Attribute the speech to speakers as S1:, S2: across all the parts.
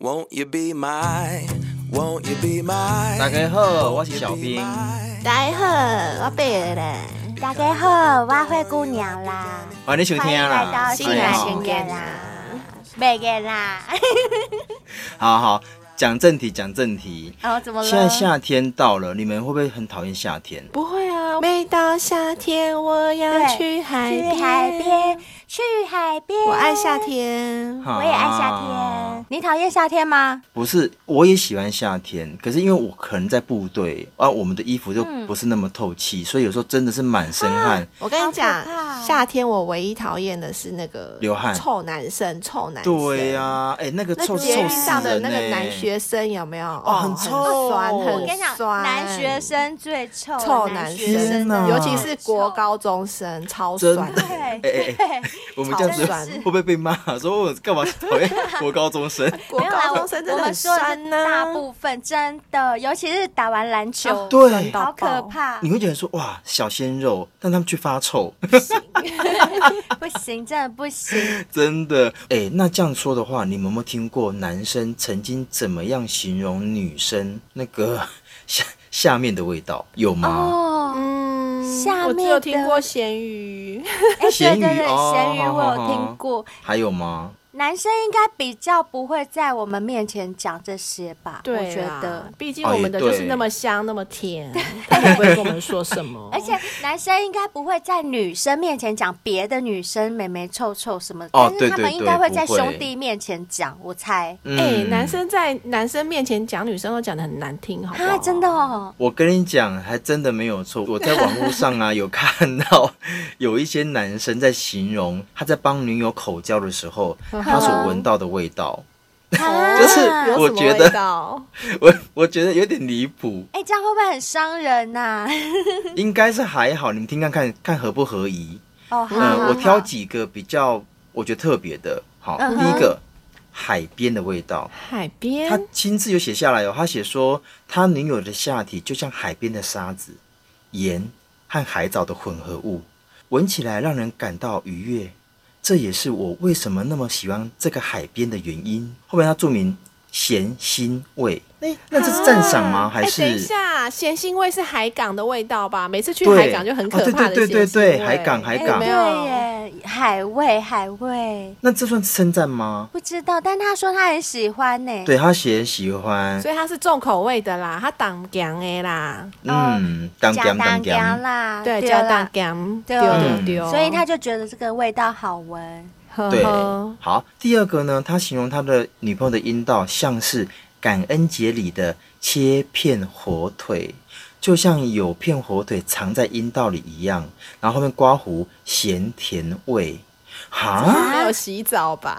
S1: Won't you be my? Won't you be my?
S2: 大家好，我是小兵。
S3: 大家好，我贝尔嘞。
S4: 大家好，我灰姑娘啦，
S2: 欢哦迎收听
S4: 欢迎来
S2: 啦，哎
S4: 到
S3: 新
S4: 新
S3: 来
S4: 来
S3: 新
S4: 啊
S3: 见
S4: 新见啦，没见啦。
S2: 好好讲正题，讲正题。
S4: 哦，怎么了？
S2: 现在夏天到了，你们会不会很讨厌夏天？
S3: 不会啊，每到夏天我要
S4: 对
S3: 去海
S4: 去
S3: 边，
S4: 海边，去海边。
S3: 我爱夏，天。
S2: 哈
S4: 嗯我也爱夏天。。啊你讨厌夏天吗？
S2: 不是，我也喜欢夏天，可是因为我可能在部队啊，我们的衣服就不是那么透气，所以有时候真的是满身汗。
S3: 我跟你
S4: 好
S3: 讲
S4: 可怕，哦
S3: 夏天我唯一讨厌的是那个
S2: 流汗
S3: 臭男生，臭男生。
S2: 对呀、哎、那个
S3: 啊那
S2: 臭
S3: 捷
S2: 臭
S3: 运
S2: 死
S3: 上的
S2: 人欸
S3: 那
S2: 呢、
S3: 个男学生有没有？
S2: 哦很臭
S3: 酸，
S2: 我
S3: 很
S4: 我跟你讲，
S3: 酸。
S4: 男学生最臭，
S3: 臭
S4: 男
S3: 男
S4: 学
S2: 天
S4: 生
S2: 哪
S3: 生，啊
S4: 真的
S3: 尤其是国高中生，超
S2: 真
S3: 酸
S2: 的
S3: 的。
S4: 对
S2: 哎哎
S4: 对，
S2: 我们这样子
S3: 超酸
S2: 会不会被骂？ 说我干嘛讨厌国高中生？
S3: 国
S4: 没有啦，
S3: 高
S4: 我
S3: 中生真
S4: 我
S3: 的
S4: 们
S3: 很
S4: 说的
S3: 酸啊
S4: 是
S3: 呢、
S4: 大部分真的，尤其是打完篮
S3: 啊
S4: 球，
S2: 对，
S4: 好可
S3: 到爆
S4: 怕
S2: 你，会觉得说哇小鲜肉，但他们却发臭，
S4: 不行，真的不行。
S2: 真的。哎、那这样说的话，你们有没有听过男生曾经怎么样形容女生那个 下下面的味道？有吗？
S4: 哦，
S3: 嗯
S4: 下
S3: 我只
S4: 面
S3: 有
S4: 的
S3: 听过咸鱼，
S4: 哎，对
S2: 咸鱼
S4: 对对，
S2: 哦
S4: 咸鱼我
S2: 好
S4: 有
S2: 好好
S4: 听过，
S2: 还有吗？
S4: 男生应该比较不会在我们面前讲这些吧？我觉
S3: 啊
S4: 得，，
S3: 毕竟
S2: 哦
S3: 我
S2: 也
S3: 们的就是
S2: 对
S3: 那么香，那么甜， 他也不会跟我们说什 么。
S4: 而且男生应该不会在女生面前讲别的女生美眉臭臭什么，
S2: 哦
S4: 但是
S2: 对
S4: 他
S2: 对
S4: 们
S2: 对
S4: 应该会在
S2: 不会
S4: 兄弟面前讲，我猜。
S2: 嗯
S3: 哎、男。生在男生面前讲女生都讲的很难听，好不好？
S4: 啊，真的哦，
S2: 我跟你讲，还真的没有错。我在网络上 啊有看到有一些男生在形容他在帮女友口交的时候，他所
S3: 嗯
S2: 闻到的味道，
S4: 啊
S2: 就是
S3: 哦有
S2: 我
S3: 什么
S2: 觉
S3: 味
S2: 得
S3: 道？
S2: 我我觉得有点离谱。
S4: 哎，这样会不会很伤人啊呐？
S2: 应该是还好，你们听看看看合不合宜。
S4: 哦，好
S2: 嗯，
S4: 好
S2: 我挑
S4: 好
S2: 几个比较我觉得特别的。好，
S4: 嗯
S2: 第
S4: 哼
S2: 一个海边的味道，
S3: 海
S2: 他
S3: 边
S2: 亲自有写下来哦。他写说，他女友的下体就像海边的沙子、盐和海藻的混合物，闻起来让人感到愉悦。这也是我为什么那么喜欢这个海边的原因。后面他注明咸腥味，哎，那这是赞赏吗？还
S3: 哎
S2: 是、
S3: 等一下，咸腥味是海港的味道吧？每次去
S2: 对
S3: 海港就很可怕
S2: 哦
S3: 的咸腥味、
S2: 对对对对对海港海
S4: 哎
S2: 港
S3: 有没有？
S4: 对耶，海味海味，
S2: 那这算是称赞吗？
S4: 不知道，但他说他很喜欢呢。
S2: 对他写喜欢，
S3: 所以它是重口味的啦，它挡姜的啦，
S2: 嗯，当
S4: 假
S2: 当当
S4: 当家
S2: 当，
S4: 啦，
S3: 啊对，
S4: 啦
S3: 叫挡姜，
S4: 对
S3: 丢
S2: 嗯
S3: 丢丢。
S4: 所以他就觉得这个味道好闻。
S3: 呵
S2: 对
S3: 呵，
S2: 好。第二个呢，他形容他的女朋友的阴道像是感恩节里的切片火腿，就像有片火腿藏在阴道里一样。然后后面刮胡咸甜味，哈，
S3: 没有洗澡吧？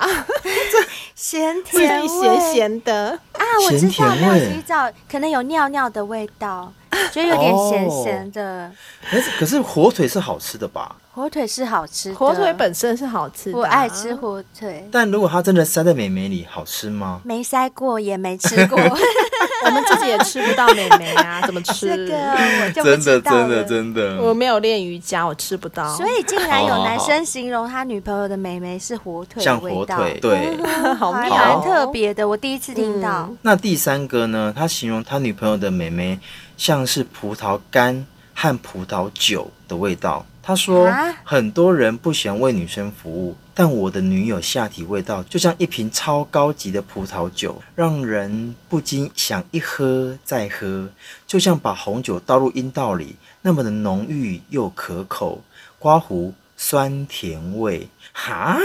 S4: 咸
S3: 自
S4: 甜
S3: 己
S4: 味，
S3: 咸咸的，
S4: 啊！我知
S2: 咸
S4: 道
S2: 甜
S4: 没
S2: 味
S4: 有洗澡，可能有尿尿的味道，就有点咸咸
S3: 哦
S4: 的。
S2: 可是可是火腿是好吃的吧？
S4: 火腿是好吃的，
S3: 火腿本身是好吃的啊，
S4: 我爱吃火腿，
S2: 但如果它真的塞在美眉里，好吃吗？
S4: 没塞过也没 吃过，
S3: 我们自己也吃不到美眉啊，怎么 吃？
S4: 这个我就不知道了。
S2: 真
S3: 我
S2: 的，
S3: 没有练瑜伽，我吃不到。
S4: 所以竟然
S2: 好
S4: 有
S2: 好
S4: 男生形容他女朋友的美眉是火腿的
S2: 像
S4: 味
S2: 火
S4: 道，
S2: 腿，对。
S3: 好
S4: 还
S3: 妙哦
S2: 好
S4: 蛮特别的，我第一次听到。
S3: 嗯
S2: 那第三个呢？他形容他女朋友的妹妹像是葡萄干和葡萄酒的味道。他说
S4: 啊，
S2: 很多人不喜欢为女生服务，但我的女友下体味道就像一瓶超高级的葡萄酒，让人不禁想一喝再喝，就像把红酒倒入阴道里，那么的浓郁又可口。刮胡酸甜味，哈，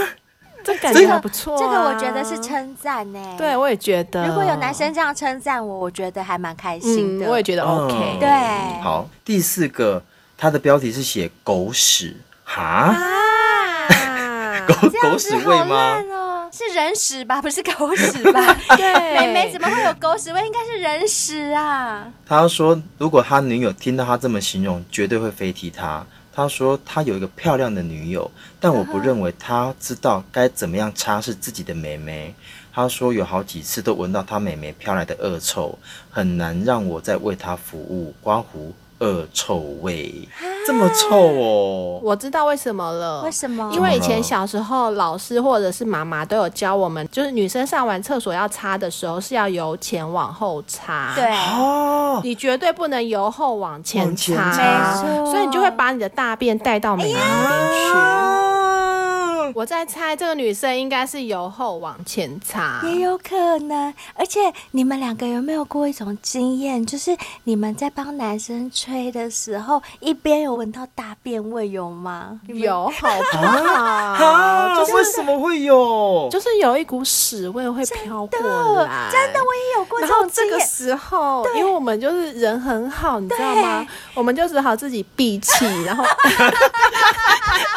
S3: 这感觉还不错、啊
S4: 这个我觉得是。称赞欸呢。
S3: 对，我也觉得。
S4: 如果有男生这样称赞我，我觉得还蛮开心
S3: 嗯，
S4: 的。
S3: 我也觉得 OK。
S2: 嗯
S4: 对
S2: 好，第四个，它的标题是写狗屎，哈，
S3: 啊，
S2: 狗
S4: 这
S2: 狗
S4: 样
S2: 屎
S4: 子
S2: 味
S4: 好
S2: 吗？
S4: 烂哦，是人屎吧？不是狗屎吧？
S3: 对，
S4: 妹妹怎么会有狗屎味？应该是人屎啊！
S2: 他说，如果他女友听到他这么形容，绝对会飞踢他。他说他有一个漂亮的女友，但我不认为他知道该怎么样擦拭自己的美眉。他说有好几次都闻到他美眉飘来的恶臭，很难让我再为他服务。刮胡恶臭味，
S4: 啊
S2: 这么臭哦。
S3: 我知道为什么了，
S4: 为什么
S3: 哦因为以
S2: 怎么了
S3: 前小时候老师或者是妈妈都有教我们，就是女生上完厕所要擦的时候是要由前往后擦，
S4: 对，
S2: 哦，
S3: 你绝对不能由后往前
S2: 往前
S3: 擦，
S2: 擦
S4: 没错
S3: 所以你就会把你的大便带到
S4: 哎
S3: 美容里去。
S2: 啊
S3: 我在猜这个女生应该是由后往前擦，
S4: 也有可能。而且你们两个有没有过一种经验，就是你们在帮男生吹的时候，一边有闻到大便味，有吗？你们
S3: 有好不好？
S2: 啊，
S3: 就是
S2: 为什么会有？
S3: 就是有一股屎味会飘过
S4: 的
S3: 来，
S4: 真的，我也有过这
S3: 然后
S4: 种经
S3: 这个
S4: 验。
S3: 时候，因为我们就是人很好，你知道吗？我们就只好自己闭气，然 后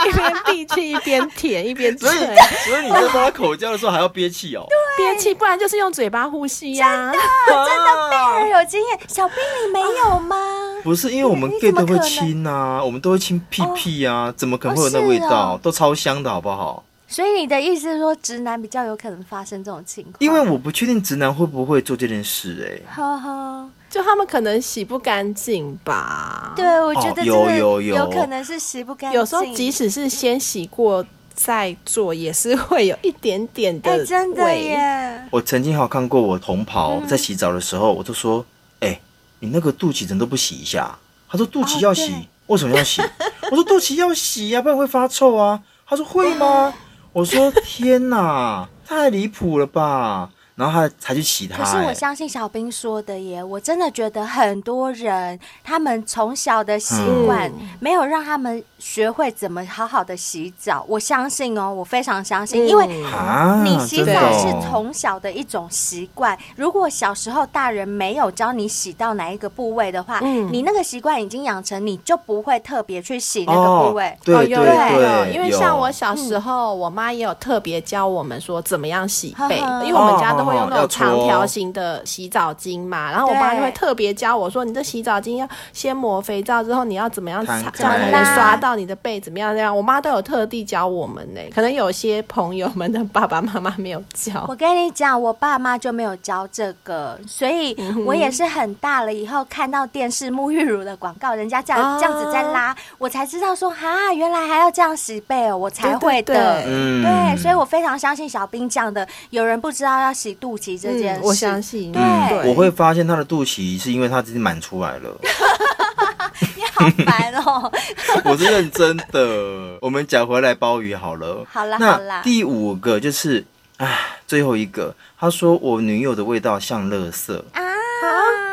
S3: 一边闭气一边舔一边
S2: 所
S3: 吹
S2: 以，所以你在帮他口交的时候还要憋气 哦。
S4: 啊
S3: 憋气，不然就是用嘴巴呼吸呀、
S2: 啊真的
S4: 贝尔有经验，小兵你没有吗？
S2: 不是因为我们
S4: 你
S2: gay
S4: 怎么
S2: 都会
S4: 可能
S2: 亲呐，我们都会亲屁屁啊，怎么可能会有那
S4: 哦是
S2: 味道？
S4: 哦
S2: 都超香的好不好？
S4: 所以你的意思是说，直男比较有可能发生这种情况？
S2: 因为我不确定直男会不会做这件事、欸，哎，
S4: 呵呵，
S3: 就他们可能洗不干净吧。，
S4: 对，我觉得
S2: 哦有
S4: 真的
S2: 有有
S4: 有可能是洗不干净，
S3: 有时候即使是先洗过再做，也是会有一点点的
S4: 哎、
S3: 味。
S4: 真的耶，
S2: 我曾经还有看过我同袍
S4: 嗯
S2: 在洗澡的时候，我就说，哎、你那个肚脐怎么都不洗一下？他说肚脐要洗，
S4: 哦对
S2: 为什么要洗？ 我说肚脐要洗呀、不然会发臭啊。他说会吗？我说天哪，太离谱了吧！然后他才去洗它、
S4: 可是我
S2: 欸
S4: 相信小兵说的耶，我真的觉得很多人他们从小的习惯
S2: 嗯
S4: 没有让他们学会怎么好好的洗澡，我相信哦，我非常相信，因为
S3: 嗯
S2: 啊，
S4: 你洗
S2: 真的
S4: 澡
S2: 哦
S4: 是从小的一种习惯，如果小时候大人没有教你洗到哪一个部位的话，
S3: 嗯
S4: 你那个习惯已经养成，你就不会特别去洗那个部位
S2: 哦。、对
S3: 哦，
S2: 对
S3: 有有
S2: 对，
S3: 有，因为像
S2: 有
S3: 我小
S4: 嗯
S3: 时候，我妈也有特别教我们说怎么样洗背，
S4: 呵呵
S3: 因为我们家都会用那
S2: 哦哦哦
S3: 种长条形的洗澡巾嘛，然后我妈
S4: 对
S3: 就会特别教我说，你这洗澡巾要先抹肥皂，之后你要怎么样擦
S2: 摊，开
S3: 这样才
S4: 怎么
S3: 能
S4: 拉
S3: 刷到你的背，怎么样那样，我妈都有特地教我们呢、可能有些朋友们的爸爸妈妈没有教
S4: 我，跟你讲，我爸妈就没有教这个，所以
S3: 嗯
S4: 我也是很大了以后看到电视沐浴乳的广告，人家这样、
S3: 啊
S4: 这样子在拉，我才知道说哈，原来还要这样洗背哦，我才会的。
S3: 对对对
S2: 嗯
S4: 对所以我非常相信小兵讲的，有人不知道要洗肚脐这件事，
S3: 嗯我相信，
S4: 对
S2: 嗯，我会发现他的肚脐是因为他自己满出来 了，
S4: 你好烦哦。
S2: 我是认真的。我们讲回来鲍鱼好了，
S4: 好啦好
S2: 那
S4: 啦
S2: 第五个就是，唉，最后一个，他说我女友的味道像垃圾，
S4: 啊，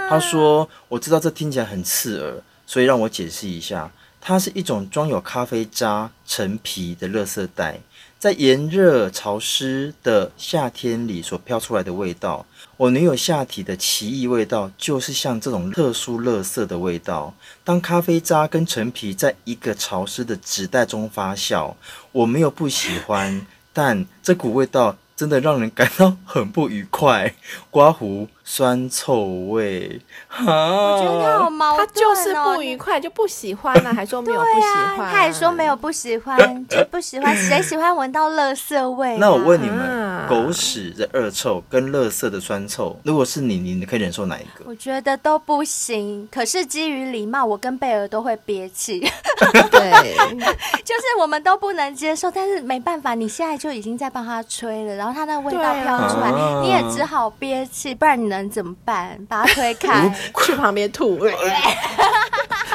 S2: 他说我知道这听起来很刺耳，所以让我解释一下，它是一种装有咖啡渣、陈皮的垃圾袋，在炎热潮湿的夏天里所飘出来的味道。我女友下体的奇异味道，就是像这种特殊垃圾的味道。当咖啡渣跟陈皮在一个潮湿的纸袋中发酵，我没有不喜欢，但这股味道真的让人感到很不愉快。刮胡酸臭味，
S4: 我觉得他好
S2: 哈，
S4: 矛
S3: 他
S4: 盾、哦，
S3: 就是不愉快，就不喜欢了，还说没有不
S4: 对
S3: 喜
S4: 啊，
S3: 欢，
S4: 他还说没有不喜欢，就不 喜欢，谁喜欢闻到垃圾味、啊？
S2: 那我问你们
S3: 啊，
S2: 狗屎的恶臭跟垃圾的酸臭，如果是你，你可以忍受哪一个？
S4: 我觉得都不行，可是基于礼貌，我跟贝尔都会憋气，
S3: 对。
S4: 就是我们都不能接受，但是没办法，你现在就已经在帮他吹了，然后他那味道
S3: 对啊
S4: 飘出来，
S2: 啊
S4: 你也只好憋气，不然你能怎么办？把它推
S2: 嗯
S4: 开。
S3: 去旁边吐。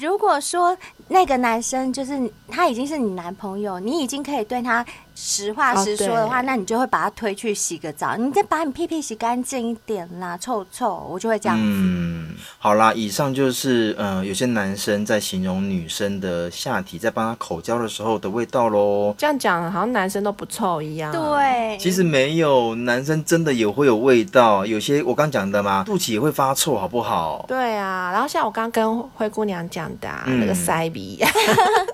S4: 如果说那个男生就是他已经是你男朋友，你已经可以对他实话实说的话，
S3: 哦对
S4: 那你就会把他推去洗个澡，你再把你屁屁洗干净一点啦，臭臭，我就会这样。
S2: 嗯，好啦，以上就是呃，有些男生在形容女生的下体在帮她口交的时候的味道喽。
S3: 这样讲好像男生都不臭一样。，啊
S4: 对，
S2: 其实没有，男生真的也会有味道，有些我刚讲的嘛，肚脐也会发臭，好不好？
S3: 对啊。然后像我刚刚跟灰姑娘讲的、啊
S2: 嗯
S3: 那个塞鼻，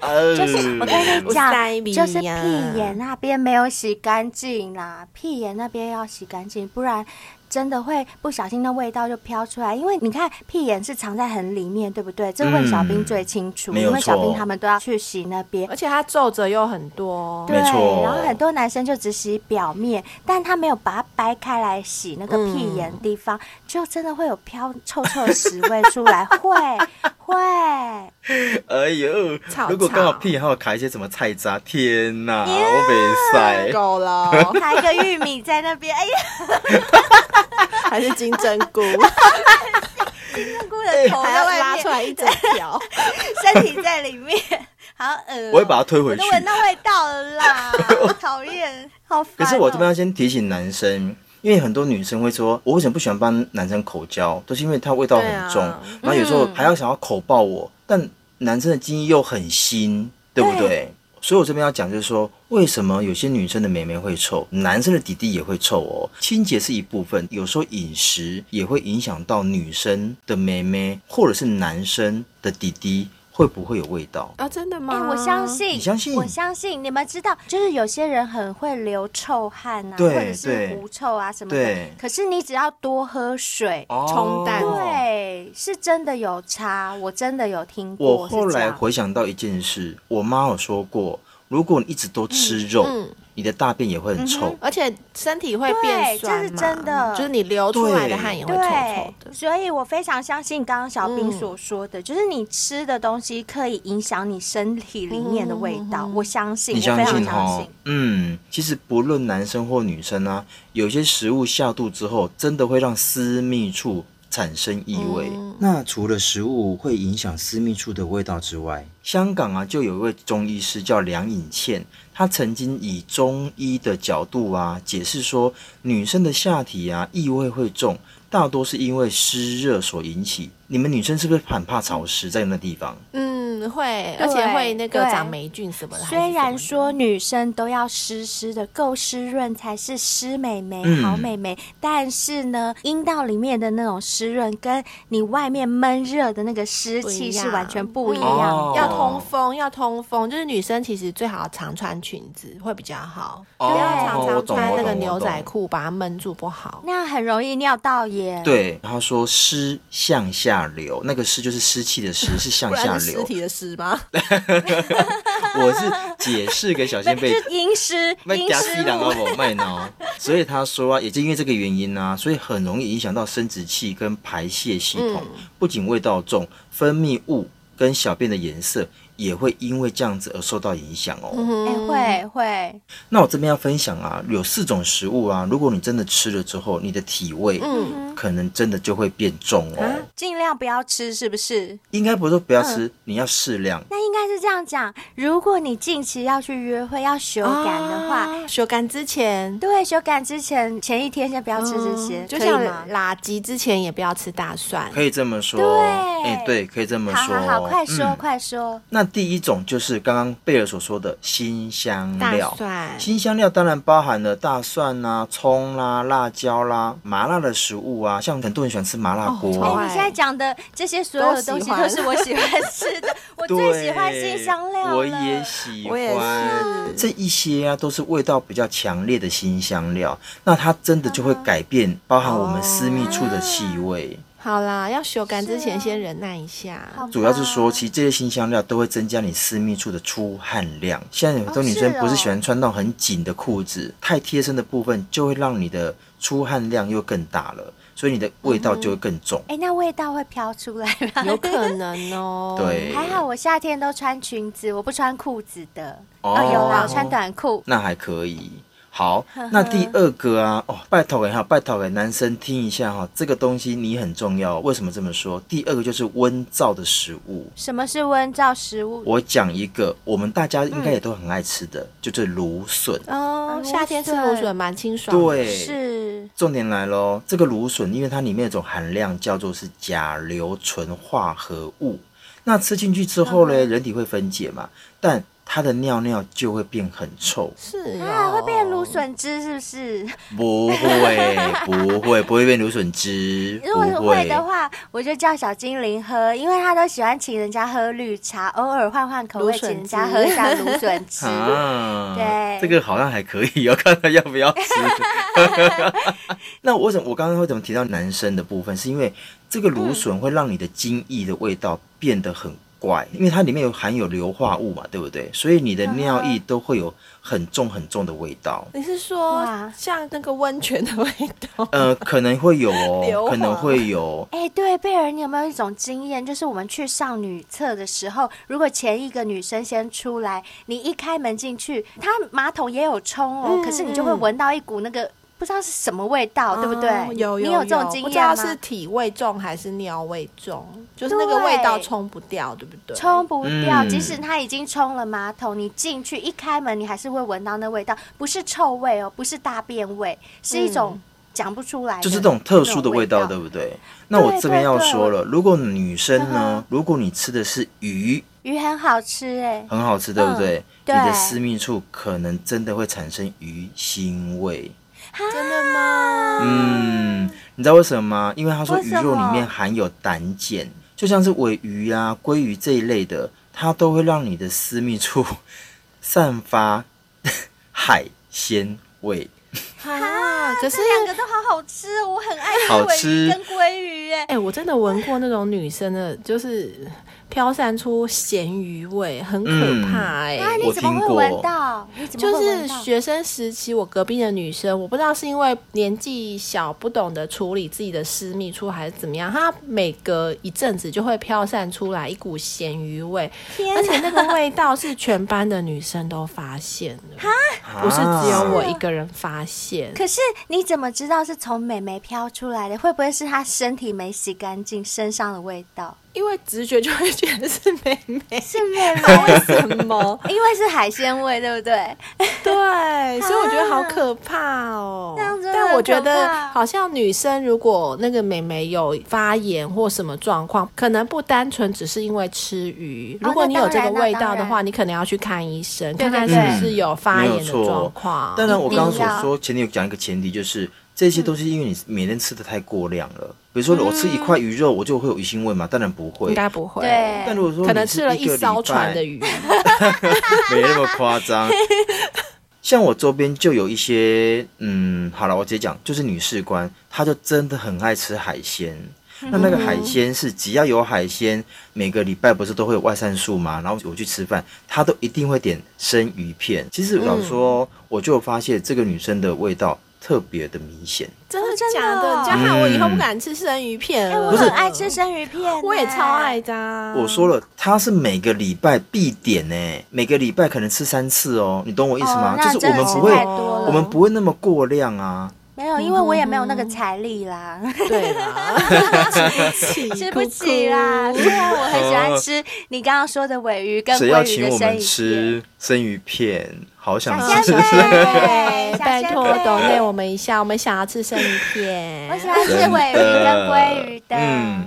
S4: 嗯
S2: 就是
S4: 我 跟你
S3: 塞
S4: 讲，
S3: 鼻
S4: 就是
S3: 呀
S4: 屁眼那边没有洗干净啦，屁眼那边要洗干净，不然真的会不小心那味道就飘出来，因为你看屁眼是藏在很里面，对不对？这问小
S3: 嗯
S4: 兵最清楚，
S2: 没有
S4: 因为小
S2: 错
S4: 兵他们都要去洗那边
S3: 而。且它皱褶又很多，
S4: 对，
S2: 没错
S4: 然后很多男生就只洗表面，但他没有把它掰开来洗那个屁眼地方，就真的会有飘臭臭的屎味出 来，会会。
S2: 哎呦
S3: 草，
S2: 如果刚好
S3: 草
S2: 屁眼还有卡一些什么菜渣，天哪，我被塞。
S3: 够了，
S4: 拿一个玉米在那边，哎呀，
S3: 还是金针 菇，
S4: 姑的头
S3: 哎还
S4: 在
S3: 要
S4: 外
S3: 拉出
S4: 面，
S3: 来一整条，
S4: 身体在里面，好恶、哦
S2: 我会把它推回
S4: 我
S2: 去
S4: 都。闻到味道了 啦，好讨厌，好烦、哦
S2: 可是我这边要先提醒男生，因为很多女生会说，我为什么不喜欢帮男生口交，都是因为他味道很重，
S3: 对啊
S2: 然后有时候
S4: 嗯
S2: 还要想要口爆我，但男生的精液又很腥，对不对？所以我这边要讲就是说，为什么有些女生的妹妹会臭，男生的弟弟也会臭哦。清洁是一部分，有时候饮食也会影响到女生的妹妹，或者是男生的弟弟会不会有味道？
S3: 啊，真的
S4: 哎、
S3: 吗？
S4: 我相，信，
S2: 你相信
S4: 我相信。你们知道，就是有些人很会流臭汗啊，或
S2: 对
S4: 者是
S2: 对
S4: 狐臭啊什么的
S2: 对。
S4: 可是你只要多喝水，
S3: 冲淡哦
S4: 对，是真的有差。我真的有听过。
S2: 我后
S4: 是这
S2: 来
S4: 样
S2: 回想到一件事，我妈有说过，如果你一直都吃肉，
S3: 嗯
S2: 你的大便也会
S4: 嗯
S2: 很臭。
S3: 而且身体会变
S4: 对这
S3: 酸
S4: 是
S3: 嘛
S4: 真的
S3: 就是你流出来的汗也会臭
S4: 对
S3: 臭的，，
S4: 所以我非常相信刚刚小兵
S3: 嗯
S4: 所说的，就是你吃的东西可以影响你身体里面的味道。我相信，
S2: 你
S4: 我非
S2: 相
S4: 常
S2: 信
S4: 相
S2: 哦
S4: 信。？
S2: 嗯，其实不论男生或女生啊，有些食物下肚之后，真的会让私密处产生异味。
S4: 嗯
S2: 那除了食物会影响私密处的味道之外，香港啊，就有一位中医师叫梁颖倩，她曾经以中医的角度啊，解释说，女生的下体啊异味会重，大多是因为湿热所引起。你们女生是不是很怕潮湿？在那地方，
S3: 嗯，会，
S4: 对
S3: 而且会那个
S4: 对
S3: 长霉菌什么的。还
S4: 虽
S3: 是什么
S4: 然
S3: 的
S4: 说女生都要湿湿的，够湿润才是湿美眉、
S2: 嗯
S4: 好美眉，但是呢，阴道里面的那种湿润，跟你外面闷热的那个湿气是完全不一
S3: 不一
S2: 样
S4: 样
S2: 哦
S4: 的。
S3: 要通风，要通风，就是女生其实最好常穿裙子会比较好，
S2: 哦
S3: 不要常
S2: 我
S3: 常
S2: 懂
S3: 穿
S2: 我
S3: 那个
S2: 懂我
S3: 牛仔
S2: 懂
S3: 裤把它闷住不好。
S4: 那很容易尿道炎。
S3: 嗯
S2: 对，然后说湿向下流，那个湿就是湿气的湿，是向
S3: 不
S2: 下
S3: 然是尸
S2: 流。
S3: 体的尸吗？
S2: 我是解释给小仙
S4: 没，
S2: 贝
S4: 就是阴湿，
S2: 卖
S4: 阴
S2: 加西
S4: 湿
S2: 两个
S4: 物。
S2: 啊我卖呢，所以他说啊，也就因为这个原因呢、所以很容易影响到生殖器跟排泄系统，
S3: 嗯
S2: 不仅味道重，分泌物跟小便的颜色也会因为这样子而受到影响哦。
S3: 嗯
S4: 哎、会会，
S2: 那我这边要分享啊，有四种食物啊，如果你真的吃了之后，你的体味
S3: 嗯啊
S2: 可能真的就会变重哦。
S4: 尽量不要吃，是不是？
S2: 应该不是说不要吃，你要适量。
S4: 那应该是这样讲。如果你近期要去约会要修改的话，
S3: 啊修改之前
S4: 对，修改之前前一天先不要吃这些，
S3: 嗯就
S4: 可以
S3: 像
S4: 吗？
S3: 拉鸡之前也不要吃大蒜。
S2: 可以这么说，
S4: 对
S2: 哎、对，可以这么
S4: 好
S2: 说。
S4: 好好，快说、
S2: 嗯
S4: 快说。
S2: 那第一种就是刚刚贝尔所说的新香
S3: 大
S2: 料。
S3: 蒜，
S2: 新香料当然包含了大蒜啦、葱啦、辣椒啦、麻辣的食物啊，像很多人喜欢吃麻辣锅。
S3: 哦超
S4: 哎、
S3: 爱
S4: 你现在讲的这些所有的东西都
S3: 都
S4: 是
S3: 喜
S4: 我喜欢吃的，我
S2: 对
S4: 最喜欢新香料了。
S2: 我也喜欢，
S3: 我也是
S2: 这一些啊都是味道比较强烈的新香料，那它真的就会
S4: 嗯
S2: 改变，包含
S4: 哦
S2: 我们私密处的气味。
S3: 好啦，要修改之
S4: 是啊
S3: 前先忍耐一下。
S4: 好吧
S2: 主要是说，其实这些新香料都会增加你私密处的出汗量。现在很多女生
S4: 哦是哦
S2: 不是喜欢穿到很紧的裤子，太贴身的部分就会让你的出汗量又更大了，所以你的味道就会更重。
S4: 哎、那味道会飘出来吗？
S3: 有可能哦。
S2: 对，
S4: 还好我夏天都穿裙子，我不穿裤子的。
S2: 哦
S4: 哦，有啦，我穿短裤。
S2: 那还可以。好，那第二个啊，哦，拜托给哈，拜托给男生听一下哈、这个东西你很重要。为什么这么说？第二个就是温燥的食物。
S4: 什么是温燥食物？
S2: 我讲一个，我们大家应该也都很爱吃的，就是芦笋。
S3: 哦，
S4: 芦
S3: 夏天吃芦
S4: 笋
S3: 笋蛮清爽。，
S2: 对，
S4: 是
S2: 重点来喽，这个芦笋因为它里面有一种含量叫做是甲嗯硫醇化合物，那吃进去之后呢，人体会分解嘛，但它的尿尿就会变很臭。
S3: 是
S4: 啊，
S3: 哦
S4: 会变芦。笋汁是不是？
S2: 不会，不会，不会变芦笋汁，
S4: 如果是
S2: 不
S4: 会
S2: 会。
S4: 的话，我就叫小精灵喝，因为他都喜欢请人家喝绿茶，偶尔换换口味，
S3: 芦笋
S4: 请
S3: 汁
S4: 人家喝一下芦笋 汁。
S2: 啊，
S4: 对
S2: 这个好像还可以，要看他要不要吃。那我为什么我刚刚会怎么提到男生的部分，是因为这个芦笋会让你的精液的味道变得很怪，因为它里面有含有硫化物嘛，对不对？所以你的尿液都会有很重很重的味道。
S3: 你是说
S4: 哇
S3: 像那个温泉的味道？
S2: 呃，可能会有哦
S3: 硫，化
S2: 可能会 有，
S4: 哎、对，贝尔，你有没有一种经验，就是我们去上女厕的时候，如果前一个女生先出来，你一开门进去，她马桶也有冲哦，
S3: 嗯
S4: 可是你就会
S3: 嗯
S4: 闻到一股那个不知道是什么味道，对不对
S3: 哦？有
S4: 你
S3: 有
S4: 这种经
S3: 不知
S4: 验
S3: 道
S4: 吗？
S3: 是体味重还是尿味重，就是那个味道冲不掉，对不对？
S4: 冲不掉，
S2: 嗯
S4: 即使它已经冲了马桶，你进去一开门，你还是会闻到那味道，不是臭味哦，不是大便味，是
S3: 嗯
S4: 一种讲不出来的，
S2: 就是这种特殊的味道，
S4: 那
S2: 对
S4: 种
S2: 不对？那我这边要说了，如果女生
S4: 嗯
S2: 呢，如果你吃的是鱼，
S4: 鱼很好吃哎、
S2: 很好吃，
S3: 嗯
S2: 对不对？
S4: 对
S2: 你的私密处可能真的会产生鱼腥味。
S3: 真的吗？
S2: 嗯，你知道为什么吗？因为他说
S4: 为
S2: 鱼
S4: 什么
S2: 肉里面含有胆碱，就像是尾鱼啊、鲑鱼这一类的，它都会让你的私密处散发 海鲜味。
S3: 啊，可是
S4: 这两个都好好吃，我很爱吃
S2: 好
S4: 尾
S2: 吃
S4: 鱼跟鲑鱼哎、
S3: 哎、我真的闻过那种女生的，就是飘散出咸鱼味，很可怕哎、
S4: 啊，你
S2: 我
S4: 怎么
S2: 听
S4: 会
S2: 过
S4: 闻到？你怎么
S3: 就
S4: 会
S3: 是
S4: 闻到？
S3: 学生时期，我隔壁的女生，我不知道是因为年纪小不懂得处理自己的私密处，还是怎么样，她每隔一阵子就会飘散出来一股咸鱼味，
S4: 天
S3: 而且那个味道是全班的女生都发现的，不是只有我一个人发现。
S4: 可是你怎么知道是从美眉飘出来的？会不会是她身体没洗干净，身上的味道？
S3: 因为直觉就会觉得是妹妹，
S4: 是妹妹，
S3: 为什么？
S4: 因为是海鲜味，对不对？
S3: 对，所以我觉得好可怕哦。
S4: 啊这样真的
S3: 但我觉得
S4: 很可怕
S3: 好像女生如果那个美眉有发炎或什么状况，可能不单纯只是因为吃鱼。
S4: 哦
S3: 如果你有这个
S4: 那当然
S3: 味道的
S4: 那当
S3: 话，
S4: 然
S3: 你可能要去看医生，
S4: 对
S3: 看
S4: 对
S3: 看是
S4: 对
S3: 不是有发
S2: 没有
S3: 炎的
S2: 错
S3: 状况。
S2: 啊当然，我
S4: 一定
S2: 刚刚所
S4: 要
S2: 说前面有讲一个前提，就是这些都是因为你每天吃的太过量了。比如说，我吃一块鱼肉，我就会有鱼腥味嘛？当然不
S3: 应
S2: 会。
S3: 该不会。
S4: 对
S2: 但如果说
S3: 嗯可能
S2: 你是
S3: 吃了
S2: 一个
S3: 艘
S2: 礼
S3: 船
S2: 拜
S3: 的鱼，
S2: 没那么夸张。像我周边就有一些，嗯，好了，我直接讲，就是女士官，她就真的很爱吃海鲜。那那个海鲜是只要有海鲜，每个礼拜不是都会有外散素嘛？然后我去吃饭，她都一定会点生鱼片。其实老实说，我就发现这个女生的味道特别的明显。
S3: 真
S4: 哦
S3: 的
S4: 真的
S3: 假的？
S4: 哦
S3: 你就害我以后
S2: 嗯
S3: 不敢吃生鱼片
S4: 哎，
S3: 了。
S4: 我很爱吃生鱼片哎呢，
S3: 我也超爱的啊。
S2: 我说了，她是每个礼拜必点呢、每个礼拜可能吃三次哦，你懂我意思吗？
S4: 哦那
S2: 就是我们
S4: 真的
S2: 不
S4: 是
S2: 会，
S4: 太多了
S2: 我们不会那么过量啊。
S4: 没有，因为我也没有那个财力啦，
S3: 对啦，吃不起，
S4: 吃不起啦。
S3: 哭哭
S4: 虽然我很喜欢吃你刚刚说的尾鱼跟
S2: 呃谁要
S4: 鲑鱼
S2: 请
S4: 的
S2: 我
S4: 生
S2: 们
S4: 鱼
S2: 吃生鱼片？好想
S4: 小
S2: 吃
S4: 鲜！贝，
S3: 拜
S4: 小鲜
S3: 托
S4: 贝
S3: 抖内我们一下，我们想要吃生鱼片。
S4: 我喜欢吃尾鱼跟鲑鱼的。
S2: 嗯，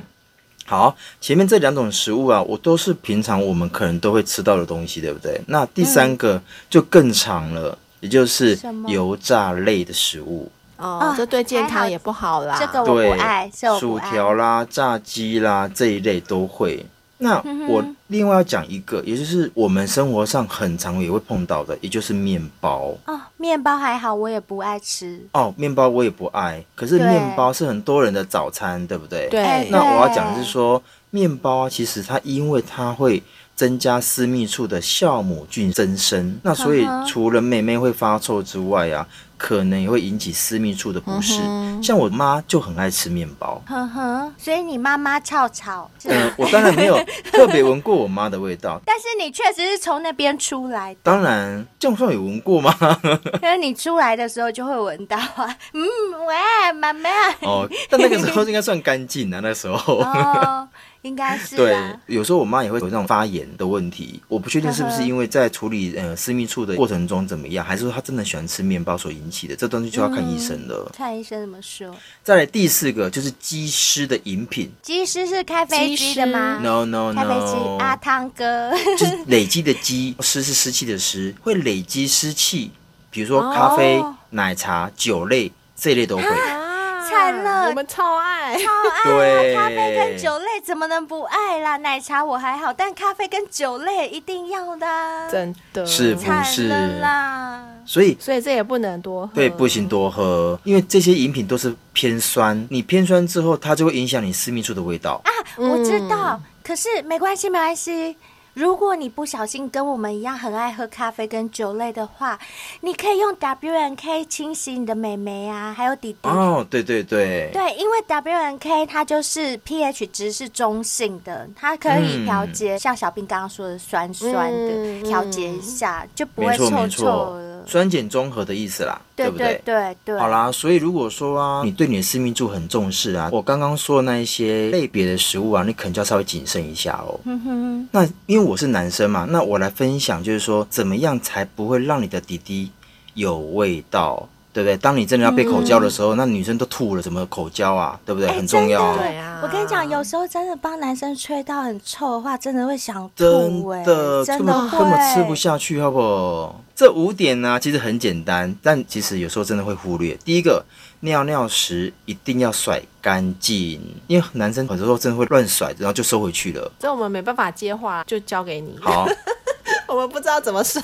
S2: 好，前面这两种食物啊，我都是平常我们可能都会吃到的东西，对不对？那第三个就更长了，也就是
S4: 嗯什么
S2: 油炸类的食物，
S3: 哦
S4: 啊，
S3: 这对健康也不好啦。
S4: 这个我
S2: 对
S4: 不爱，这我不
S2: 薯
S4: 爱。
S2: 条啦、炸鸡啦这一类都会。那
S4: 嗯
S2: 我另外要讲一个，也就是我们生活上很常也会碰到的，也就是面包。
S4: 哦，面包还好，我也不爱吃。
S2: 哦，面包我也不爱，可是
S4: 对
S2: 面包是很多人的早餐，对不对？
S3: 对，
S2: 那
S4: 对
S2: 我要讲的是说，面包啊，其实它因为它会增加私密处的酵母菌增生，那所以
S4: 嗯哼
S2: 除了妹妹会发臭之外啊，可能也会引起私密处的不适。
S3: 嗯哼
S2: 像我妈就很爱吃面包。
S4: 呵呵，所以你妈妈臭臭，是
S2: 呃，我当然没有特别闻过我妈的味道，
S4: 但是你确实是从那边出来的，
S2: 当然这样算有闻过吗？
S4: 因为你出来的时候就会闻到啊。 嗯，喂，妈妈。
S2: 哦，但那个时候应该算干净啊，那时候。
S4: 哦，应该是
S2: 对
S4: 啊，，嗯
S2: 有时候我妈也会有那种发炎的问题，我不确定是不是因为在处理呃私密处的过程中怎么样，还是说她真的喜欢吃面包所引起的，这东西就要看医生了。
S4: 看医生怎么说。
S2: 再来第四个就是机师的饮品
S4: 机师是开飞机的吗
S3: 啊？
S2: ，no no
S4: 开飞机
S2: no，
S4: 啊，汤哥，
S2: 就是累积的积，湿是湿气的湿，会累积湿气，比如说咖啡、
S4: 哦
S2: 奶茶、酒类这一类都会。
S3: 啊
S4: 惨了
S3: 我们超爱。
S4: 超爱
S2: 对
S4: 啊！咖啡跟酒类怎么能不爱啦？奶茶我还好，但咖啡跟酒类一定要的啊，
S3: 真的
S2: 是不
S4: 惨了啦。
S2: 所以
S3: 所以这也不能多
S4: 嗯
S3: 喝。
S2: 对，不行多喝，因为这些饮品都是偏酸，你偏酸之后，它就会影响你私密处的味道。
S4: 啊我知道，可是没关系，没关系。如果你不小心跟我们一样很爱喝咖啡跟酒类的话，你可以用 W N K 清洗你的美眉啊，还有弟弟。
S2: 哦，对对对，
S4: 对，因为 W N K 它就是 pH 值是中性的，它可以调
S2: 嗯
S4: 节，像小兵刚刚说的酸酸的，
S3: 嗯
S4: 调节一下就不
S2: 没
S4: 会
S2: 错
S4: 臭
S2: 没
S4: 臭
S2: 错
S4: 了，。
S2: 酸碱中和的意思啦，
S4: 对
S2: 不
S4: 对对对，
S2: 好啦，所以如果说啊，你对你的私密处很重视啊，我刚刚说的那一些类别的食物啊，你可能就要稍微谨慎一下哦。
S4: 嗯哼，
S2: 那因为我是男生嘛，那我来分享，就是说怎么样才不会让你的弟弟有味道，对不对？当你真的要被口交的时候，那女生都吐了，怎么口交啊？对不对？
S4: 嗯哎
S2: 很重要、
S4: 真
S2: 啊
S4: 的。
S3: 对啊
S4: 我跟你讲，有时候真的帮男生吹到很臭的话，真的会想吐、
S2: 真
S4: 哎，
S2: 的，
S4: 真
S2: 根
S4: 的
S2: 本
S4: 会
S2: 根本吃不下去，好不好？这五点呢、其实很简单，但其实有时候真的会忽略。第一个，尿尿时一定要甩干净，因为男生很多时候真的会乱甩，然后就收回去 了。
S3: 这我们没办法接话，就交给你。
S2: 好，
S3: 我们不知道怎么甩。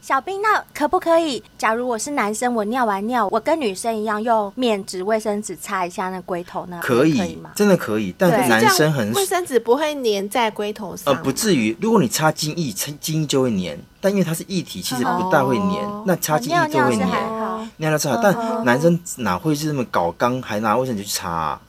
S4: 小兵，那可不可以？假如我是男生，我尿完尿，我跟女生一样用面纸、卫生纸擦一下那龟头呢？
S2: 可
S4: 以，可
S2: 以
S4: 吗，？
S2: 真的可以，
S4: 对
S2: 但 男
S3: 这
S2: 生
S3: 样
S2: 很
S3: 卫生纸不会粘在龟头
S2: 呃
S3: 上吗，
S2: 不至于。如果你擦精液，擦精液就会粘，但因为它是液体，其实不大会粘。
S3: 哦
S2: 那擦
S4: 我
S2: 精
S4: 尿
S2: 液就
S4: 尿
S2: 会
S4: 是
S2: 粘。
S4: 还好哦
S2: 尿尿擦好，但男生哪会是那么搞刚，还拿卫生纸去擦、啊？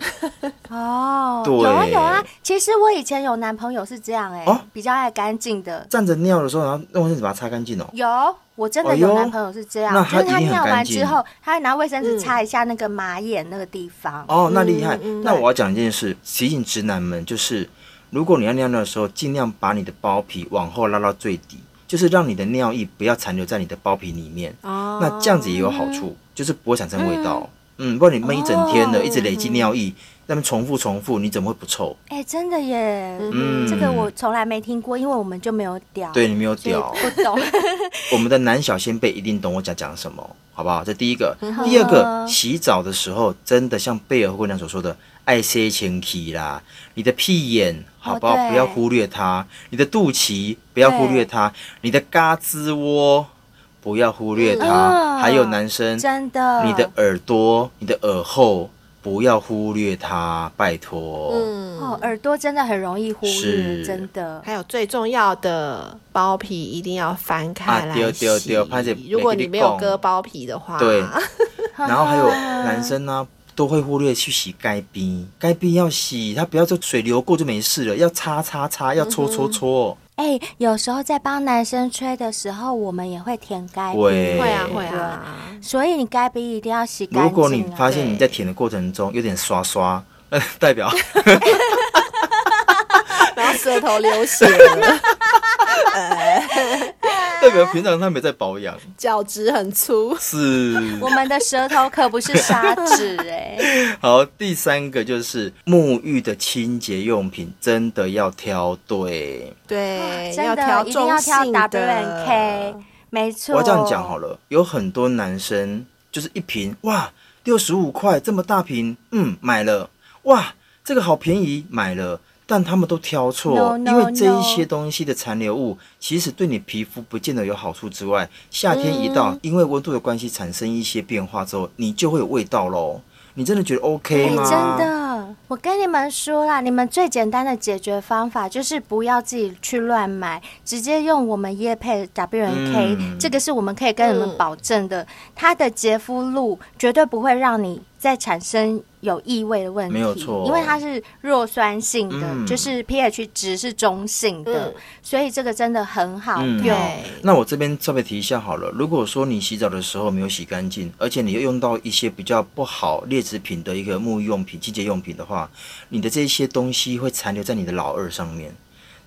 S4: 哦，
S2: 对
S4: 有啊有啊。其实我以前有男朋友是这样哎、
S2: 哦
S4: 比较爱干净的。
S2: 站着尿的时候，然后用卫生纸把它擦干净哦。
S4: 有，我真
S2: 哎
S4: 的
S2: 呦
S4: 有男朋友是这样，
S2: 那
S4: 就
S2: 他
S4: 是他
S2: 一定很
S4: 尿完
S2: 干净
S4: 之后，他会拿卫生
S3: 嗯
S4: 纸擦一下那个马眼那个地方。
S2: 哦，那厉害。
S3: 嗯嗯
S2: 那我要讲一件事，提醒直男们，就是如果你要尿尿的时候，尽量把你的包皮往后拉到最底，就是让你的尿液不要残留在你的包皮里面。
S3: 哦
S2: 那这样子也有好处，就是不会产生味道。嗯，不然你闷一整天的，
S4: 哦
S2: 一直累积尿液，那么重复重复，你怎么会不臭？
S4: 哎、真的耶，
S2: 嗯
S4: 这个我从来没听过，因为我们就没有屌，
S2: 对，你没有
S4: 哦所以
S2: 屌。
S4: 不懂。
S2: 我们的男小先辈一定懂我讲讲什么，好不好？这第一个，第二个，
S4: 嗯
S2: 洗澡的时候真的像贝尔姑娘所说的，爱塞前体啦，你的屁眼，好不好？
S4: 哦对
S2: 不要忽略它，你的肚脐不要忽略它，你的嘎吱窝不要忽略它，
S4: 嗯
S2: 还有男生，
S4: 真的，
S2: 你的耳朵、你的耳后不要忽略它，拜托。
S3: 嗯
S4: 哦，耳朵真的很容易忽略，
S2: 是
S4: 真的。
S3: 还有最重要的包皮一定要翻
S2: 啊
S3: 开来洗。
S2: 对对对拍摄
S3: 如果你没有割包皮的话，啊
S2: 对
S4: 啊
S2: 然后还有男生呢、都会忽略去洗该冰，该冰要洗，他不要就水流过就没事了，要擦擦擦，要搓搓搓。
S4: 哎、有时候在帮男生吹的时候，我们也会舔该鼻，
S2: 喂
S3: 会啊会啊，
S4: 所以你该鼻一定要洗干净、啊。
S2: 如果你发现
S3: 对
S2: 你在舔的过程中有点刷刷， 呃，代表
S4: 啊
S3: 然后舌头流血 了，
S2: 代表平常他没在保养，
S3: 脚趾很粗。
S2: 是
S4: 我们的舌头可不是砂纸 哎、
S2: 好。第三个就是沐浴的清洁用品真的要挑对。
S3: 对，
S4: 真的
S3: 挑
S4: 一定要
S3: 中
S4: 挑
S3: 性
S4: W
S3: 的
S4: N K，没错。
S2: 我要这样讲哦好了，有很多男生就是一瓶哇六十五块这么大瓶，嗯，买了，哇这个好便宜，买了。但他们都挑错
S4: No, no,
S2: 因为这一些东西的残留物其实对你皮肤不见得有好处之外，夏天一
S4: 嗯
S2: 到，因为温度的关系产生一些变化之后，你就会有味道喽。你真的觉得 OK
S4: 哎、
S2: 吗？
S4: 真的，我跟你们说啦，你们最简单的解决方法就是不要自己去乱买，直接用我们叶配 W N K，、
S2: 嗯
S4: 这个是我们可以跟你们保证的，它的洁肤露绝对不会让你再产生有异味的问题，
S2: 没有错
S4: 因为它是弱酸性的，
S2: 嗯
S4: 就是 pH 值是中性的，
S3: 嗯
S4: 所以这个真的很好
S2: 嗯
S4: 用。
S3: 对
S2: 那我这边特别提一下好了，如果说你洗澡的时候没有洗干净，而且你又用到一些比较不好劣质品的一个沐浴用品、清洁用品的话，你的这些东西会残留在你的老二上面，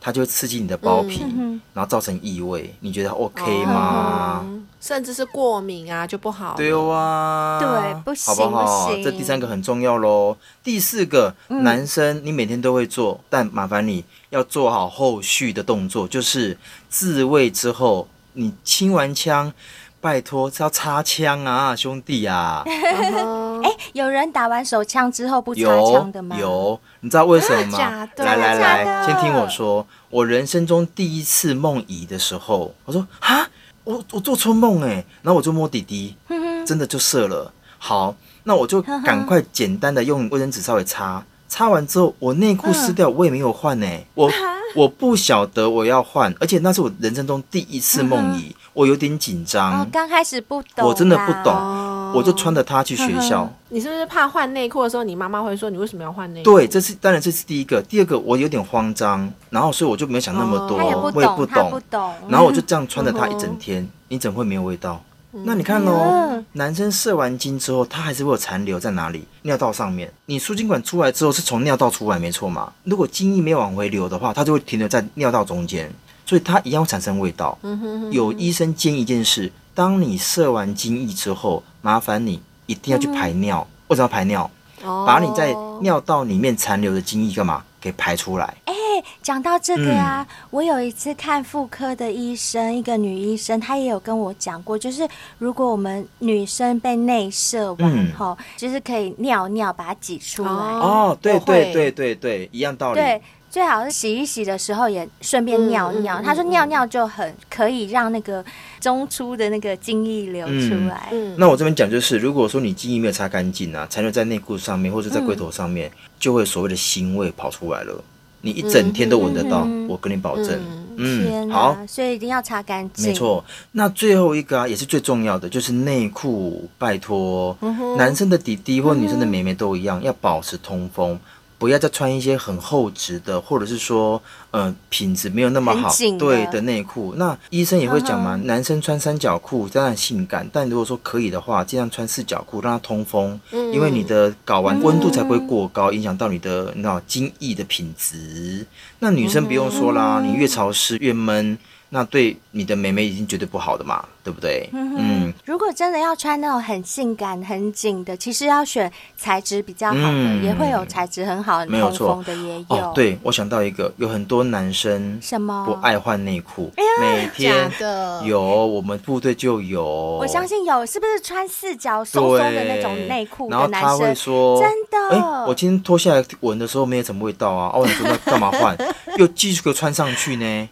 S2: 它就会刺激你的包皮，
S4: 嗯哦
S2: 然后造成异味。你觉得 OK 吗？
S3: 嗯甚至是过敏啊就不好了。
S2: 对哇，
S4: 对不行
S2: 好不好？
S4: 不行嗯
S2: 这第三个很重要喽。第四个，男生你每天都会做，但麻烦你要做好后续的动作，就是自慰之后，你清完枪，拜托是要擦枪啊，兄弟啊，
S3: 嗯哼，哎，
S4: 有人打完手枪之后不擦
S2: 有
S4: 枪的吗？，
S2: 有，你知道为什么吗
S3: 真的假？的
S2: 来来
S3: 真的
S4: 假
S2: 来，
S4: 的
S2: 先听我说，我人生中第一次梦遗的时候，我说啊，我我做错梦哎、然后我就摸弟弟。
S4: 嗯 哼，
S2: 真的就射了。好，那我就赶快简单的用卫生纸稍微擦，擦完之后我内
S4: 嗯
S2: 裤湿掉，我也没有换呢、欸我我不晓得我要换，而且那是我人生中第一
S4: 嗯
S2: 次梦遗，我有点紧
S4: 哦
S2: 张，，
S4: 刚开始不懂啦，
S2: 啊我真的不懂，
S3: 哦
S2: 我就穿着它去学校。
S3: 你是不是怕换内裤的时候，你妈妈会说你为什么要换内裤？
S2: 对，这是当然，这是第一个。第二个，我有点慌张，然后所以我就没有想那么多，
S4: 哦他也不
S2: 我也
S4: 懂，他不懂，
S2: 然后我就这样穿着它一整天，你怎么会没有味道？那你看哦
S4: 嗯，
S2: 男生射完精之后，他还是会有残留在哪里？尿道上面。你输精管出来之后是从尿道出来，没错嘛？如果精液没有往回流的话，它就会停留在尿道中间，所以它一样会产生味道。
S3: 嗯哼哼，
S2: 有医生建议一件事：当你射完精液之后，麻烦你一定要去排
S4: 嗯
S2: 尿。为什么要排尿？
S3: 哦
S2: 把你在尿道里面残留的精液干嘛给排出来？
S4: 哎讲到这个啊，
S3: 嗯
S4: 我有一次看妇科的医生，一个女医生，她也有跟我讲过，就是如果我们女生被内射
S2: 嗯
S4: 完后，就是可以尿尿把它挤出来，
S3: 哦
S2: 哦，对
S3: 我
S2: 对
S3: 会
S2: 对对对，一样道理。
S4: 对。最好是洗一洗的时候也顺便尿
S3: 嗯嗯
S4: 尿，
S3: 嗯
S4: 她说尿尿就很可以让那个中出的那个精液流出来，
S3: 嗯，
S2: 那我这边讲就是，如果说你精液没有擦干净啊，残留在内裤上面或者在龟头上面，
S4: 嗯
S2: 就会所谓的腥味跑出来了，你一整天都闻得到，
S4: 嗯嗯嗯
S2: 我跟你保证。
S4: 天
S2: 嗯，好
S4: 哪，，所以一定要擦干净，
S2: 没，错。那最后一个啊，也是最重要的，就是内裤，拜托，
S4: 嗯
S2: 男生的底底或女生的妹妹都一样，要保持通风。不要再穿一些很厚质的，或者是说，呃，品质没有那么好
S4: 很紧，的
S2: 对的内裤。那医生也会讲嘛，男生穿三角裤当然性感，但如果说可以的话，尽量穿四角裤，让它通风，因为你的睾丸温度才不会过高，影响到你的你知道精液的品质。那女生不用说啦，你越潮湿越闷，那对你的妹妹已经绝对不好的嘛，对不对？嗯，
S4: 如果真的要穿那种很性感、很紧的，其实要选材质比较好的，
S2: 嗯
S4: 也会有材质很好、
S2: 没有
S4: 通
S2: 错
S4: 风的也有。哦
S2: 哦，对，我想到一个，有很多男生
S4: 什么
S2: 不爱换内裤，每天
S3: 假的
S2: 有，我们部队就有，
S4: 我
S2: 我
S4: 相信有，是不是穿四角松松的那种内裤
S2: 然后
S4: 的
S2: 他
S4: 男
S2: 会
S4: 生？
S2: 说，
S4: 真的
S2: 哎、我今天脱下来闻的时候没有什么味道 啊，哦，你说那干嘛换？又继续给我穿上去呢？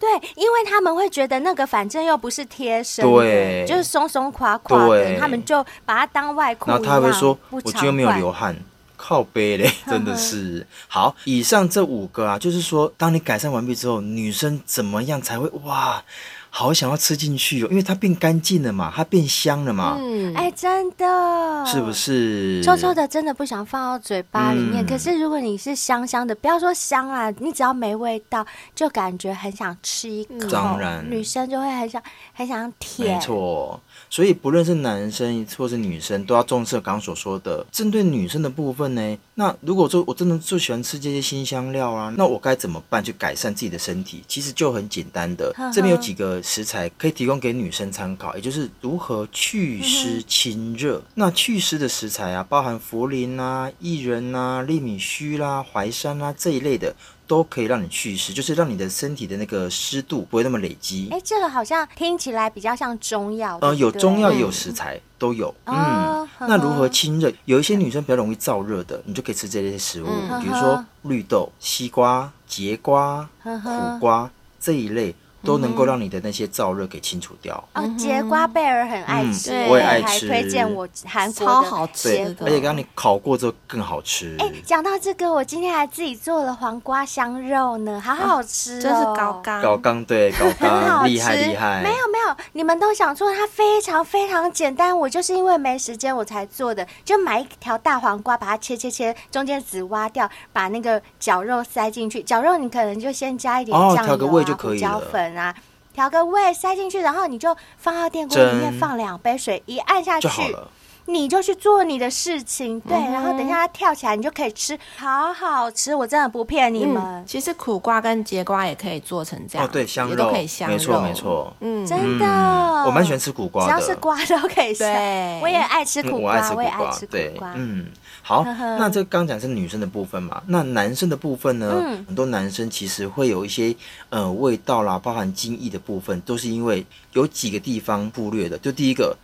S4: 对，因为他们会觉得那个反正又不是贴身的，
S2: 对
S4: 就是松松垮垮
S2: 对
S4: 的，他们就把它当外裤一
S2: 然
S4: 样。
S2: 后他还会说，
S4: 不
S2: 我
S4: 常
S2: 今天没有
S4: 换
S2: 流汗。靠背 嘞，真的是好。以上这五个啊，就是说，当你改善完毕之后，女生怎么样才会哇，好想要吃进去哦，因为它变干净了嘛，它变香了嘛，
S3: 嗯，
S4: 哎，真的，
S2: 是不？是？
S4: 臭臭的真的不想放到嘴巴里面，
S2: 嗯
S4: 可是如果你是香香的，不要说香啦，你只要没味道，就感觉很想吃一口。
S2: 嗯当然
S4: 女生就会很想很想舔。
S2: 没错，所以不论是男生或是女生，都要重视刚刚所说的。针对女生的部分呢，那如果说我真的就喜欢吃这些新香料啊，那我该怎么办去改善自己的身体？其实就很简单的
S4: 呵呵，
S2: 这边有几个食材可以提供给女生参考，也就是如何祛湿清热。那祛湿的食材啊，包含茯苓啊、薏仁啊、利米须啦、淮山啦、这一类的。都可以让你祛湿，就是让你的身体的那个湿度不会那么累积。
S4: 哎，这个好像听起来比较像中药。
S2: 呃，
S4: 对不
S2: 有
S4: 对嗯
S2: 中药也有食材，都有。嗯，
S4: 哦
S2: 那如
S4: 呵
S2: 何
S4: 呵
S2: 清热？有一些女生比较容易燥热的，你就可以吃这些食物，
S3: 嗯
S2: 比如
S4: 呵
S2: 说
S4: 呵
S2: 绿豆、西瓜、节瓜、
S4: 呵
S2: 苦
S4: 呵
S2: 瓜这一
S4: 嗯
S2: 类，都能够让你的那些燥热给清除掉。
S3: 嗯
S4: 哦，节瓜贝尔很爱
S2: 嗯
S4: 吃，
S3: 对我也
S2: 爱
S4: 还
S2: 吃
S4: 推荐我韩国
S3: 超
S4: 的
S3: 好
S2: 对
S3: 吃，的，
S2: 而且刚刚你烤过之后更好吃。
S4: 哎，讲到这个，我今天还自己做了黄瓜香肉呢，好好吃、哦，
S3: 真是高。嘎，
S2: 搞刚对，搞
S4: 很好
S2: 刚
S4: 吃，
S2: 厉害厉害
S4: 没。有没有，有，你们都想错，它非常非常简单。我就是因为没时间我才做的，就买一条大黄瓜，把它切切切，中间籽挖掉，把那个绞肉塞进去。绞肉你可能就先加一点
S2: 哦
S4: 酱
S2: 调个
S4: 油
S2: 味
S4: 啊、
S2: 就可
S4: 胡
S2: 以
S4: 椒
S2: 了
S4: 粉啊。调个味塞进去，然后你就放到电锅里面
S2: 蒸
S4: 放两杯水，一按下去
S2: 就好了。
S4: 你就去做你的事情，对，然后等一下它跳起来，你就可以吃，好好吃，我真的不骗你们
S3: 嗯，，其实苦瓜跟节瓜也可以做成这样，
S2: 哦，对，香
S3: 也
S2: 肉
S3: 都可以香肉，
S2: 没错没，错。
S3: 嗯，
S4: 真的，
S2: 嗯，我蛮喜欢吃苦瓜
S4: 只
S2: 的，
S4: 要是瓜都可以吃
S3: 对，
S4: 我也爱吃
S2: 嗯
S4: 苦
S2: 我爱
S4: 瓜，
S2: 吃
S4: 我
S2: 苦
S4: 也爱吃苦
S2: 对，
S4: 瓜，
S2: 嗯，好，
S4: 呵呵
S2: 那这刚讲是女生的部分嘛，那男生的部分呢？
S4: 嗯
S2: 很多男生其实会有一些呃味道啦，包含精液的部分，都是因为有几个地方忽略的。就第一个，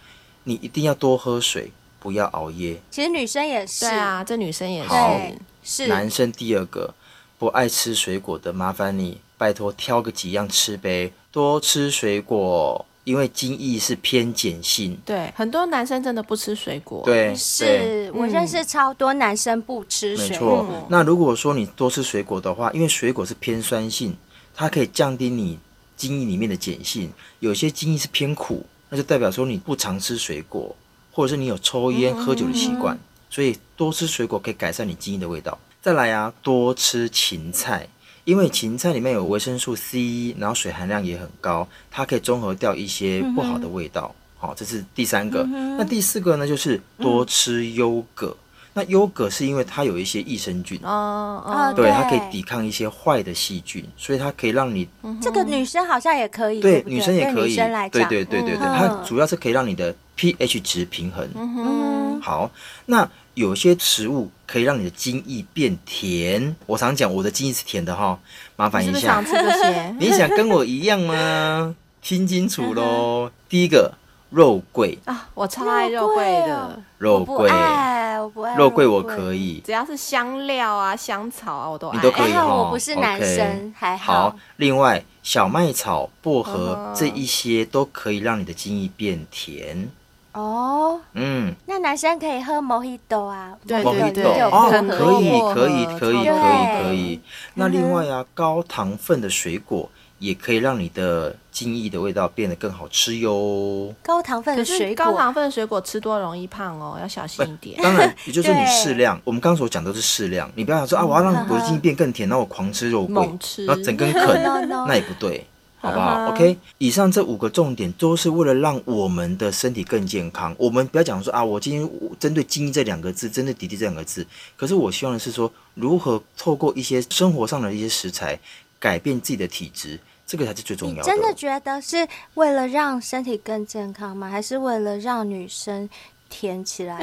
S2: 你一定要多喝水，不要熬夜。
S4: 其实女生也是，
S3: 对啊，这女生也是，
S2: 好
S4: 对，是
S2: 男生第二个，不爱吃水果的，麻烦你拜托挑个几样吃呗，多吃水果，因为精液是偏碱性。
S3: 对，很多男生真的不吃水果，，
S2: 对，对
S4: 是我认识超多男生不吃
S2: 没
S4: 水
S2: 错
S4: 果，，
S2: 那如果说你多吃水果的话，因为水果是偏酸性，它可以降低你精液里面的碱性。有些精液是偏苦，那就代表说你不常吃水果，或者是你有抽烟、喝酒的习惯，
S4: 嗯
S2: 所以多吃水果可以改善你精液的味道。再来啊，多吃芹菜，因为芹菜里面有维生素 C，然后水含量也很高，它可以中和掉一些不好的味道。好、这是第三
S4: 嗯
S2: 个。那第四个呢，就是多吃优格。那优格是因为它有一些益生菌，
S3: 哦
S4: 啊
S3: 哦，
S2: 对，
S4: 对
S2: 它可以抵抗一些坏的细菌，所以它可以让你
S4: 这个女生好像也可以，
S2: 对
S4: 不
S2: 女生也可
S4: 嗯对
S2: 以
S4: 女生来，
S2: 对
S4: 讲，
S2: 对对对对，
S4: 嗯
S2: 它主要是可以让你的 pH 值平衡。
S4: 嗯，
S2: 好，那有些食物可以让你的精液变甜。我常讲我的精液是甜的哈，麻烦
S3: 你是
S2: 一
S3: 不是
S2: 下
S3: 想，吃这 些？
S2: 你想跟我一样吗？听清楚喽。第一个肉桂，
S3: 啊，我超爱肉桂
S4: 肉
S3: 的，
S2: 肉
S4: 我不
S2: 桂，
S4: 爱，我不爱
S2: 肉桂我可以，
S3: 只要是香料啊、香草啊，我都爱。
S2: 你都可以
S4: 还好
S2: 哈
S4: 哎我不是男
S2: OK
S4: 生还
S2: 好
S4: 好，
S2: 另外小麦草、薄荷
S3: 嗯哼
S2: 这一些都可以让你的精液变甜。
S4: 哦。
S2: 嗯，
S4: 那男生可以喝 Mojito 啊，
S3: 对
S4: Mojito
S3: 对对
S4: 也有
S2: 哦，
S4: 可
S3: 很
S4: 乐
S2: 可
S3: 多
S2: 以，
S3: 薄荷嗯
S2: 可以，可以，可
S4: 超
S2: 以，
S4: 多
S2: 可以。那另外啊，高糖分的水果也可以让你的精液的味道变得更好吃 哟。
S4: 高糖分
S3: 可
S4: 的
S3: 是
S4: 水
S3: 高
S4: 果，
S3: 糖分的水果吃多容易胖哦，要小心 一点。
S2: 当然，也就是你适
S4: 对
S2: 量。我们刚刚所讲都是适量，你不要想说啊，我要 让我的精液变更甜，那我狂吃肉桂
S3: 猛，吃
S2: 然后整根 啃，
S4: no no，
S2: 那也不 对，好不
S3: 啊
S2: 好
S3: 哈
S2: ？OK，以上这五个重点都是为了让我们的身体更健康。我们不要讲说啊，我今天我针对“精益”这两个字，针对“滴滴”这两个字，可是我希望的是说，如何透过一些生活上的一些食材，改变自己的体质，这个才是最重
S4: 你
S2: 要
S4: 真的觉得是为了让身体更健康吗？还是为了让女生甜起来？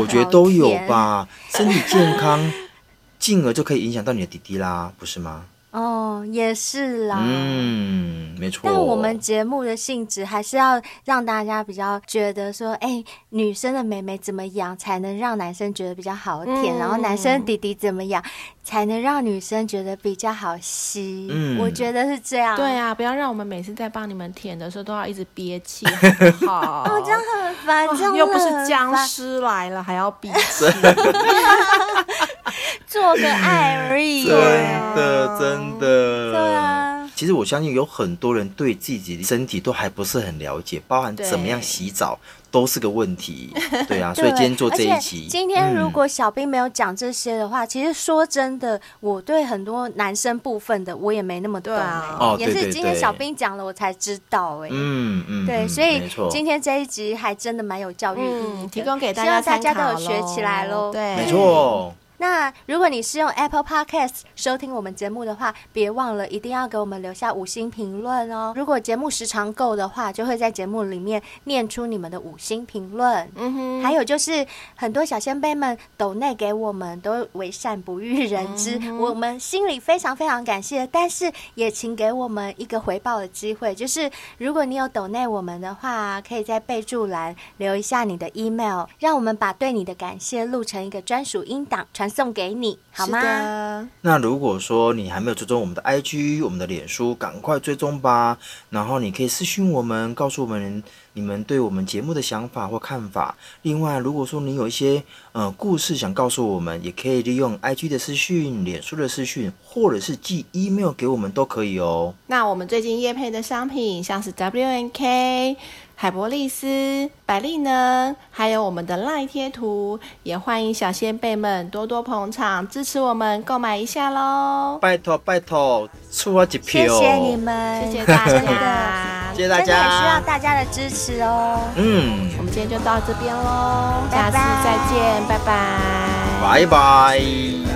S2: 我觉得都有。吧，身体健康，进而就可以影响到你的滴滴啦，不是吗？
S4: 哦，也是啦。
S2: 嗯，没错。
S4: 但我们节目的性质还是要让大家比较觉得说，哎、女生的美眉怎么养才能让男生觉得比较好舔，
S3: 嗯
S4: 然后男生弟弟怎么养才能让女生觉得比较好吸？
S2: 嗯
S4: 我觉得是这样。
S3: 对啊，不要让我们每次在帮你们舔的时候都要一直憋气，好不好？ 哦，这样
S4: 很烦，这样
S3: 又不是
S4: 很
S3: 僵
S4: 烦
S3: 尸来了还要 憋气，
S4: 做个爱 而已。
S2: 真的真的，
S4: 对啊
S2: 其实我相信有很多人对自己的身体都还不是很了解，包含怎么样洗澡都是个问题。对 啊，所以
S4: 对
S2: 今天做这一
S4: 而
S2: 期，
S4: 且今天如
S2: 嗯
S4: 果小兵没有讲这些的话，其实说真的，我对很多男生部分的我也没那么懂、
S3: 对啊
S4: 欸
S2: 哦
S4: 也
S2: 对对
S4: 是今天
S2: 对
S4: 小兵讲了我才知道哎、
S2: 嗯嗯，
S4: 对，
S2: 嗯
S4: 所以
S2: 没错，
S4: 今天这一集还真的蛮有教育意义的
S3: 嗯，提供给大
S4: 希
S3: 家
S4: 望大
S3: 参考
S4: 家
S3: 咯，
S4: 都有学起来喽。
S3: 对，
S2: 没。错，
S4: 那如果你是用 Apple Podcast 收听我们节目的话，别忘了一定要给我们留下五星评论哦。如果节目时长够的话，就会在节目里面念出你们的五星评论。
S3: 嗯哼，
S4: 还有就是很多小先辈们抖内给我们都为善不欲人知，
S5: 嗯
S4: 我们心里非常非常感谢，但是也请给我们一个回报的机会，就是如果你有抖内我们的话，可以在备注栏留一下你的 email，让我们把对你的感谢录成一个专属音档传传送给你，好
S5: 是
S4: 吗？
S5: 的
S2: 那如果说你还没有追踪我们的 IG、我们的脸书，赶快追踪吧。然后你可以私讯我们，告诉我们你们对我们节目的想法或看法。另外，如果说你有一些呃故事想告诉我们，也可以利用 IG 的私讯、脸书的私讯，或者是寄 email 给我们都可以哦。
S5: 那我们最近业配的商品，像是 W N K、海博利斯、百利能，还有我们的赖贴图，也欢迎小先辈们多多捧场，支持我们购买一下喽！
S2: 拜托拜托，出我一
S4: 谢
S2: 票！
S4: 谢你。们，
S5: 谢谢大
S4: 真的
S5: 家，
S2: 谢谢大
S4: 真的很需要
S2: 家。
S4: 大家的支持哦。
S2: 嗯，
S5: 我们今天就到这边喽，
S4: 拜
S5: 下
S4: 拜
S5: 次再见，拜拜
S2: 拜拜。